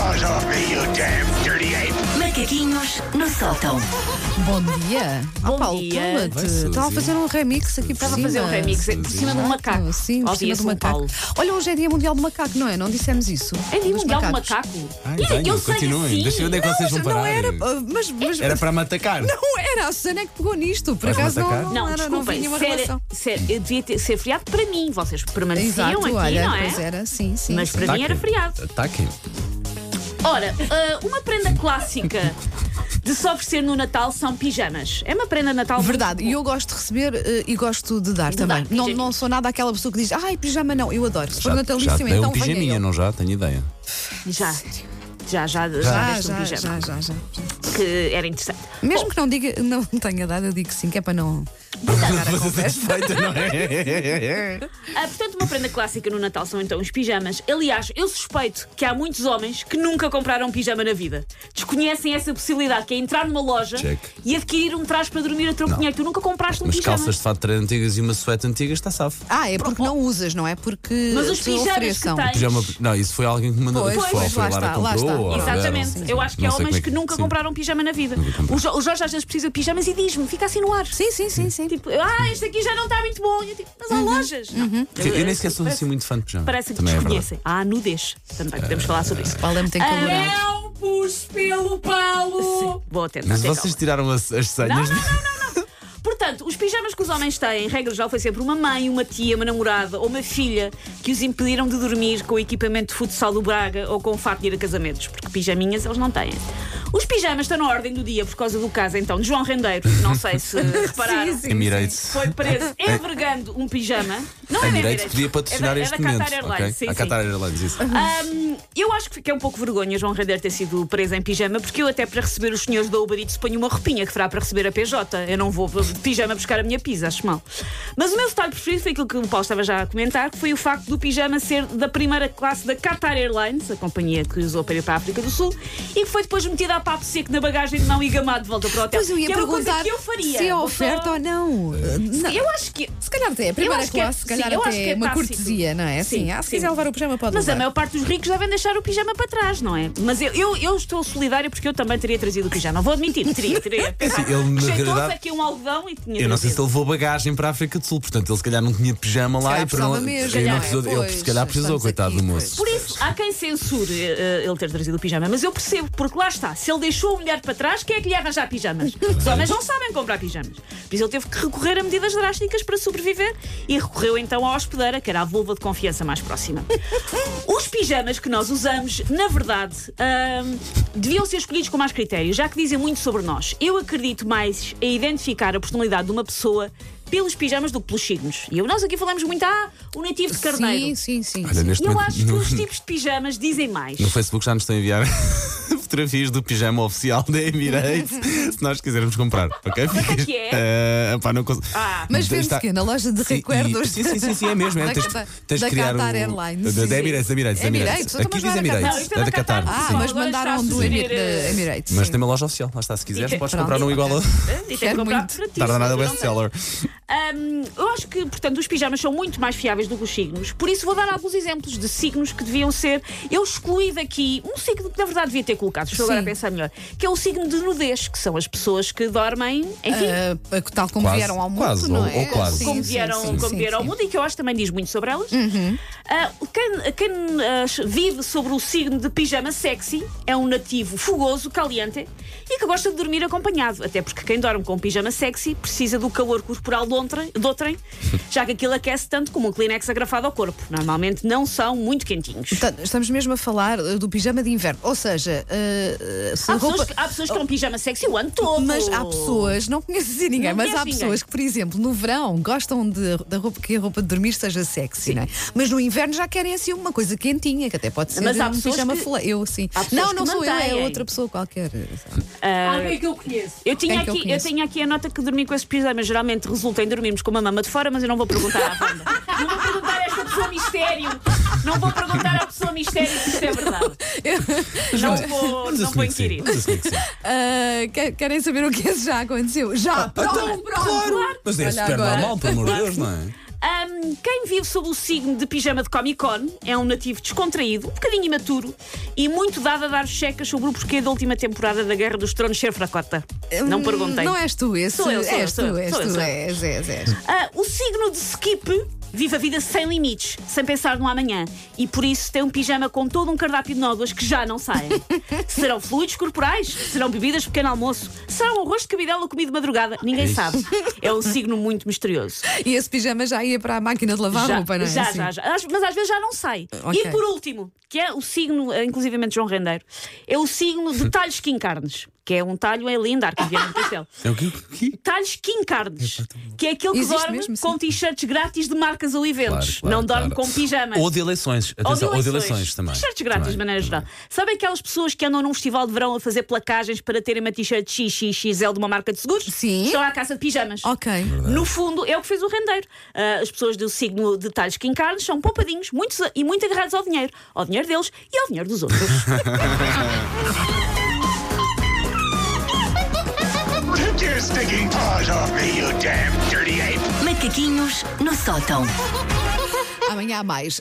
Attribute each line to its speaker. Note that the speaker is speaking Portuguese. Speaker 1: You damn dirty ape!
Speaker 2: Macaquinhos no sótão.
Speaker 3: Bom dia. Bom Paulo,
Speaker 4: dia.
Speaker 3: toma-te.
Speaker 5: Vai-se
Speaker 3: Estava a fazer um remix aqui por
Speaker 4: Estava a
Speaker 3: cima.
Speaker 4: fazer um remix por cima de um macaco.
Speaker 3: Sim, por cima
Speaker 4: Ouvia-se
Speaker 3: do
Speaker 4: um
Speaker 3: macaco.
Speaker 4: Paulo.
Speaker 3: Olha, hoje é dia mundial do macaco, não é? um Não dissemos isso.
Speaker 4: É dia
Speaker 3: Dos
Speaker 4: mundial do
Speaker 3: macacos.
Speaker 4: macaco.
Speaker 5: Ai,
Speaker 4: E
Speaker 5: venham,
Speaker 4: eu sei
Speaker 5: continuem.
Speaker 4: assim.
Speaker 5: Deixa eu ver onde é que vocês vão
Speaker 3: Não,
Speaker 5: parar.
Speaker 3: não era. Mas, mas,
Speaker 5: Era para me atacar.
Speaker 3: Não era. A Susana é que pegou nisto. Por
Speaker 5: Vais-me
Speaker 3: acaso não,
Speaker 5: atacar?
Speaker 3: não,
Speaker 4: Não,
Speaker 3: era, não havia
Speaker 4: desculpem,
Speaker 3: nenhuma
Speaker 4: se era-
Speaker 3: relação.
Speaker 4: se era- eu devia ter- ser feriado para mim. Vocês permaneciam
Speaker 3: Exato,
Speaker 4: aqui,
Speaker 3: olha,
Speaker 4: não é?
Speaker 3: pois era, sim, sim.
Speaker 4: Mas
Speaker 3: sim.
Speaker 4: para mim era feriado.
Speaker 5: Ataquem.
Speaker 4: Ora, ah, uma prenda clássica de se oferecer no Natal são pijamas. É uma prenda de Natal. muito
Speaker 3: Verdade, e eu gosto de receber eh, e gosto de dar também.
Speaker 4: dar,
Speaker 3: não,
Speaker 4: pijama.
Speaker 3: não sou nada aquela pessoa que diz, ai, pijama não, eu adoro. Se for
Speaker 5: Já, já te
Speaker 3: natalício,
Speaker 5: dei
Speaker 3: então
Speaker 5: um
Speaker 3: venha
Speaker 5: pijaminha,
Speaker 3: eu.
Speaker 5: não já? Tenho ideia.
Speaker 4: Já. Já, já,
Speaker 5: é?
Speaker 4: já,
Speaker 3: Já,
Speaker 4: deste um
Speaker 3: já,
Speaker 4: pijama.
Speaker 3: já, já, já.
Speaker 4: Que era interessante.
Speaker 3: Mesmo que não diga, não tenha dado, eu digo sim, que é para não.
Speaker 5: Feita, não é?
Speaker 4: Ah, portanto, uma prenda clássica no Natal são então os pijamas. Aliás, eu suspeito que há muitos homens que nunca compraram um pijama na vida. Desconhecem essa possibilidade, que é entrar numa loja
Speaker 5: Check.
Speaker 4: e adquirir um traje para dormir a troco de
Speaker 5: Não.
Speaker 4: dinheiro. Tu nunca compraste um
Speaker 5: Umas
Speaker 4: pijama.
Speaker 5: calças de fato antigas e uma suéte antiga está safe.
Speaker 3: Ah, é porque não usas, não é? Porque
Speaker 4: Mas os
Speaker 3: te
Speaker 4: pijamas que
Speaker 3: ofereçam.
Speaker 4: têm-
Speaker 5: Pijama- não, isso foi alguém que me mandou.
Speaker 3: Pois,
Speaker 5: Foi,
Speaker 3: pois,
Speaker 5: foi,
Speaker 3: lá
Speaker 5: Lara
Speaker 3: está, lá
Speaker 5: comprou,
Speaker 3: está.
Speaker 5: ou
Speaker 4: Exatamente.
Speaker 5: deram, sim,
Speaker 4: eu
Speaker 5: sim.
Speaker 4: acho que
Speaker 5: Não
Speaker 4: há
Speaker 5: sei
Speaker 4: homens
Speaker 5: como é
Speaker 4: que nunca
Speaker 5: sim.
Speaker 4: compraram um pijama na vida.
Speaker 5: Nunca compraram.
Speaker 4: O, Jo- o Jorge às vezes precisa de pijamas e diz-me, fica assim no ar.
Speaker 3: Sim, sim, sim, sim.
Speaker 4: Tipo, ah, este aqui já não está muito bom. E eu digo, mas há lojas. Não.
Speaker 5: Porque Uhum. Eu nem sequer sou assim muito fã de pijama.
Speaker 4: Parece que
Speaker 5: Também é verdade.
Speaker 4: desconhecem. ah, nudez. Também podemos falar sobre isso.
Speaker 3: Paulo é muito encalorado.
Speaker 4: Eu pus pelo Paulo. Vou tentar.
Speaker 5: Mas
Speaker 4: ter
Speaker 5: vocês
Speaker 4: calma.
Speaker 5: tiraram as, as
Speaker 4: Não,
Speaker 5: senhas.
Speaker 4: não, não, não, não. Portanto, os pijamas que os homens têm, regra geral, foi sempre uma mãe, uma tia, uma namorada ou uma filha que os impediram de dormir com o equipamento de futsal do Braga ou com o fato de ir a casamentos, porque pijaminhas eles não têm. Os pijamas estão na ordem do dia por causa do caso, então, de João Rendeiro, não sei se repararam.
Speaker 3: Sim, sim.
Speaker 5: Emirates.
Speaker 4: Foi preso
Speaker 5: É-
Speaker 4: envergando um pijama. Não
Speaker 5: A
Speaker 4: é da
Speaker 5: Emirates podia
Speaker 4: é
Speaker 5: patrocinar
Speaker 4: da,
Speaker 5: este
Speaker 4: é da
Speaker 5: momento.
Speaker 4: Qatar Airlines.
Speaker 5: ok?
Speaker 4: Sim,
Speaker 5: a
Speaker 4: sim.
Speaker 5: Qatar Airlines, isso.
Speaker 4: Ahm, eu acho que fiquei um pouco vergonha, João Rendeiro, ter sido preso em pijama, porque eu, até para receber os senhores da Uber Eats, ponho uma roupinha que fará para receber a PJ. Eu não vou de pijama buscar a minha pizza, acho mal. Mas o meu detalhe preferido foi aquilo que o Paulo estava já a comentar, que foi o facto do pijama ser da primeira classe da Qatar Airlines, a companhia que usou para ir para a África do Sul, e que foi depois metida a papo seco na bagagem de mão e gamado de volta para o hotel.
Speaker 3: Pois eu ia
Speaker 4: que é uma coisa
Speaker 3: perguntar
Speaker 4: que eu faria.
Speaker 3: se é
Speaker 4: Vou
Speaker 3: oferta
Speaker 4: só-
Speaker 3: ou não. Não,
Speaker 4: Eu acho que.
Speaker 3: Se calhar até é a primeira
Speaker 4: acho que é-
Speaker 3: classe, se calhar
Speaker 4: sim, eu acho
Speaker 3: até
Speaker 4: que
Speaker 3: é
Speaker 4: é
Speaker 3: uma
Speaker 4: tácito.
Speaker 3: cortesia, não é? Sim,
Speaker 4: Sim,
Speaker 3: ah, se
Speaker 4: sim.
Speaker 3: quiser levar o pijama pode
Speaker 4: Mas é a
Speaker 3: levar.
Speaker 4: maior parte dos ricos devem deixar o pijama para trás, não é? Mas eu, eu, eu estou solidária porque eu também teria trazido o pijama. Vou admitir, teria, teria.
Speaker 5: assim, ele, na
Speaker 4: Cheitou-se
Speaker 5: realidade,
Speaker 4: aqui um algodão e tinha
Speaker 5: Eu não sei se
Speaker 4: trazido.
Speaker 5: ele levou bagagem para a África do Sul, portanto ele se calhar não tinha pijama lá
Speaker 3: calhar
Speaker 5: e para não,
Speaker 3: precisava mesmo,
Speaker 5: e
Speaker 3: calhar,
Speaker 5: não precisou,
Speaker 3: pois,
Speaker 5: ele se calhar precisou,
Speaker 3: estamos
Speaker 5: coitado
Speaker 3: aqui,
Speaker 5: do moço.
Speaker 4: Por isso, há quem censure eh, ele ter trazido o pijama, mas eu percebo, porque lá está, se ele deixou a mulher para trás, quem é que lhe ia arranjar pijamas? Os homens não sabem comprar pijamas. Por isso ele teve que recorrer a medidas drásticas para sobreviver e recorreu então à hospedeira, que era a vulva de confiança mais próxima. Os pijamas que nós usamos, na verdade, ahm, deviam ser escolhidos com mais critério, já que dizem muito sobre nós. Eu acredito mais em identificar a personalidade de uma pessoa pelos pijamas do que pelos signos. E eu- nós aqui falamos muito, ah, o nativo de carneiro.
Speaker 3: Sim, sim, sim.
Speaker 5: Olha, neste
Speaker 4: Eu
Speaker 5: momento,
Speaker 4: acho que
Speaker 5: no,
Speaker 4: os tipos de pijamas dizem mais.
Speaker 5: no Facebook já nos estão a enviar fotografias do pijama oficial da Emirates, se nós quisermos comprar, ok?
Speaker 4: Quanto é que é?
Speaker 5: Eh, pá, não consigo.
Speaker 4: Ah,
Speaker 3: Mas vende-se
Speaker 5: Está-
Speaker 3: quê? Na loja de
Speaker 5: Sim, e-
Speaker 3: recuerdos?
Speaker 5: Sim, sim, sim, sim, é mesmo. É.
Speaker 3: Da-
Speaker 5: Tens,
Speaker 3: da-
Speaker 5: tens
Speaker 3: da
Speaker 5: de criar
Speaker 3: Qatar
Speaker 5: o-
Speaker 3: Airlines,
Speaker 5: Da,
Speaker 3: sim,
Speaker 5: da Emirates,
Speaker 3: sim.
Speaker 5: da Emirates. da
Speaker 3: Emirates, então,
Speaker 5: Aqui
Speaker 3: mas
Speaker 5: diz
Speaker 3: não era Qatar.
Speaker 5: Emirates.
Speaker 4: Não, isto
Speaker 5: É
Speaker 4: é
Speaker 5: da
Speaker 4: da
Speaker 5: Qatar.
Speaker 4: Qatar.
Speaker 3: Ah,
Speaker 5: sim.
Speaker 3: mas
Speaker 4: Agora
Speaker 3: mandaram
Speaker 4: está a
Speaker 3: do Emir-
Speaker 4: sugerir,
Speaker 3: da
Speaker 4: eh,
Speaker 3: Emirates.
Speaker 5: Mas
Speaker 3: sim.
Speaker 5: tem uma loja oficial, lá está. Se quiseres,
Speaker 4: Pronto.
Speaker 5: podes comprar um
Speaker 3: Ok.
Speaker 5: igual
Speaker 4: e
Speaker 5: a.
Speaker 3: Quero
Speaker 4: tem que Eh, comprar
Speaker 3: muito.
Speaker 4: para ti.
Speaker 5: Tarda nada
Speaker 4: não sei.
Speaker 5: bestseller.
Speaker 4: Ahm, eu acho que, portanto, os pijamas são muito mais fiáveis do que os signos. Por isso, vou dar alguns exemplos de signos que deviam ser. Eu excluí daqui um signo que, na verdade, devia ter colocado. Estou agora a
Speaker 3: Sim.
Speaker 4: pensar melhor. Que é o signo de nudez, que são as pessoas que dormem, enfim,
Speaker 3: Ah, tal como
Speaker 5: Quase,
Speaker 3: vieram ao mundo,
Speaker 5: quase,
Speaker 3: não
Speaker 5: ou-
Speaker 3: é?
Speaker 5: ou quase.
Speaker 3: Sim,
Speaker 4: como
Speaker 3: sim,
Speaker 4: vieram,
Speaker 3: sim,
Speaker 4: como
Speaker 3: sim,
Speaker 4: vieram ao
Speaker 3: sim. Uhum.
Speaker 4: mundo e que eu acho que também diz muito sobre elas. Ah, quem quem, ah, vive sobre o signo de pijama sexy é um nativo fogoso, caliente e que gosta de dormir acompanhado. Até porque quem dorme com pijama sexy precisa do calor corporal de outrem, de outrem, já que aquilo aquece tanto como um Kleenex agrafado ao corpo. Normalmente não são muito quentinhos.
Speaker 3: Portanto, estamos mesmo a falar eh, do pijama de inverno. Ou seja, eh, eh, se
Speaker 4: Há
Speaker 3: a roupa.
Speaker 4: pessoas, que, há pessoas que têm um pijama sexy o ano todo.
Speaker 3: Mas há pessoas, não conheço assim ninguém,
Speaker 4: Não
Speaker 3: mas há
Speaker 4: conheço ninguém.
Speaker 3: pessoas que, por exemplo, no verão gostam de, da roupa que a roupa de dormir seja sexy, não é? Mas no inverno já querem assim uma coisa quentinha, que até pode ser
Speaker 4: Mas há
Speaker 3: um
Speaker 4: pessoas
Speaker 3: pijama
Speaker 4: que-
Speaker 3: fole- Eu sim.
Speaker 4: há pessoas
Speaker 3: Não, não
Speaker 4: que
Speaker 3: sou eu, é
Speaker 4: mantêm.
Speaker 3: outra pessoa qualquer.
Speaker 6: Alguém Ah, que eu conheço.
Speaker 4: Eu tinha,
Speaker 3: Quem É que eu
Speaker 4: aqui, eu,
Speaker 3: conheço?
Speaker 4: tinha aqui a nota que dormir com esses pijamas geralmente resulta em dormirmos com uma mama de fora, mas eu não vou perguntar à banda. não vou perguntar a esta pessoa mistério. Não vou perguntar à pessoa mistério se isto é verdade. Não vou,
Speaker 5: Vamos
Speaker 4: não vou
Speaker 5: assumir que sim,
Speaker 4: inquirir.
Speaker 5: vamos assumir que sim.
Speaker 3: Ah, que- querem saber o que é que já aconteceu? Já! pronto, pronto,
Speaker 5: Ah, Mas é
Speaker 3: Olha
Speaker 5: super
Speaker 3: agora.
Speaker 5: normal, pelo amor de Deus, não é?
Speaker 4: Ahm, quem vive sob o signo de pijama de Comic Con é um nativo descontraído, um bocadinho imaturo e muito dado a dar checas sobre o porquê da última temporada da Guerra dos Tronos ser fracota. Não
Speaker 3: Hum,
Speaker 4: perguntei.
Speaker 3: Não és tu, esse.
Speaker 4: Sou eu, sou eu,
Speaker 3: és
Speaker 4: sou
Speaker 3: tu,
Speaker 4: eu,
Speaker 3: és
Speaker 4: sou eu,
Speaker 3: tu,
Speaker 4: sou eu.
Speaker 3: és, és, és.
Speaker 4: Ah, o signo de Skip vive a vida sem limites, sem pensar no amanhã. E por isso tem um pijama com todo um cardápio de nódoas que já não saem. Serão fluidos corporais? Serão bebidas de pequeno almoço? Serão arroz de cabidela comido de madrugada? Ninguém
Speaker 5: Isso.
Speaker 4: sabe. É um signo muito misterioso.
Speaker 3: E esse pijama já ia para a máquina de lavar
Speaker 4: já,
Speaker 3: roupa, não é?
Speaker 4: já,
Speaker 3: Assim.
Speaker 4: já, já. Às- Mas às vezes já não sai.
Speaker 3: Ok.
Speaker 4: E por último, que é o signo, eh, inclusivamente João Rendeiro, é o signo de talhos quincarnes, que é um talho em lindar, que enviaram no pastel.
Speaker 5: É o quê? O quê?
Speaker 4: Talhos quincarnes,
Speaker 5: tá
Speaker 4: que é aquele que
Speaker 3: Existe
Speaker 4: dorme
Speaker 3: mesmo, sim.
Speaker 4: com t-shirts grátis de marcas ou eventos.
Speaker 5: Claro, claro,
Speaker 4: não dorme
Speaker 5: claro.
Speaker 4: com pijamas.
Speaker 5: Ou de eleições. Atenção, ou de eleições também.
Speaker 4: T-shirts grátis, de
Speaker 5: Também,
Speaker 4: maneira geral. Sabem aquelas pessoas que andam num festival de verão a fazer placagens para terem uma t-shirt XXXL de uma marca de seguros?
Speaker 3: Sim.
Speaker 4: Estão à caça de pijamas.
Speaker 5: Oh,
Speaker 3: Ok.
Speaker 4: No fundo, é o que fez o rendeiro. Ah, as pessoas do signo de talhos que encarnes são poupadinhos muitos, e muito agarrados ao dinheiro. Ao dinheiro deles e ao dinheiro dos outros.
Speaker 1: Take your stinking paws off me, you damn dirty ape!
Speaker 2: Macaquinhos no sótão.
Speaker 3: Amanhã há mais.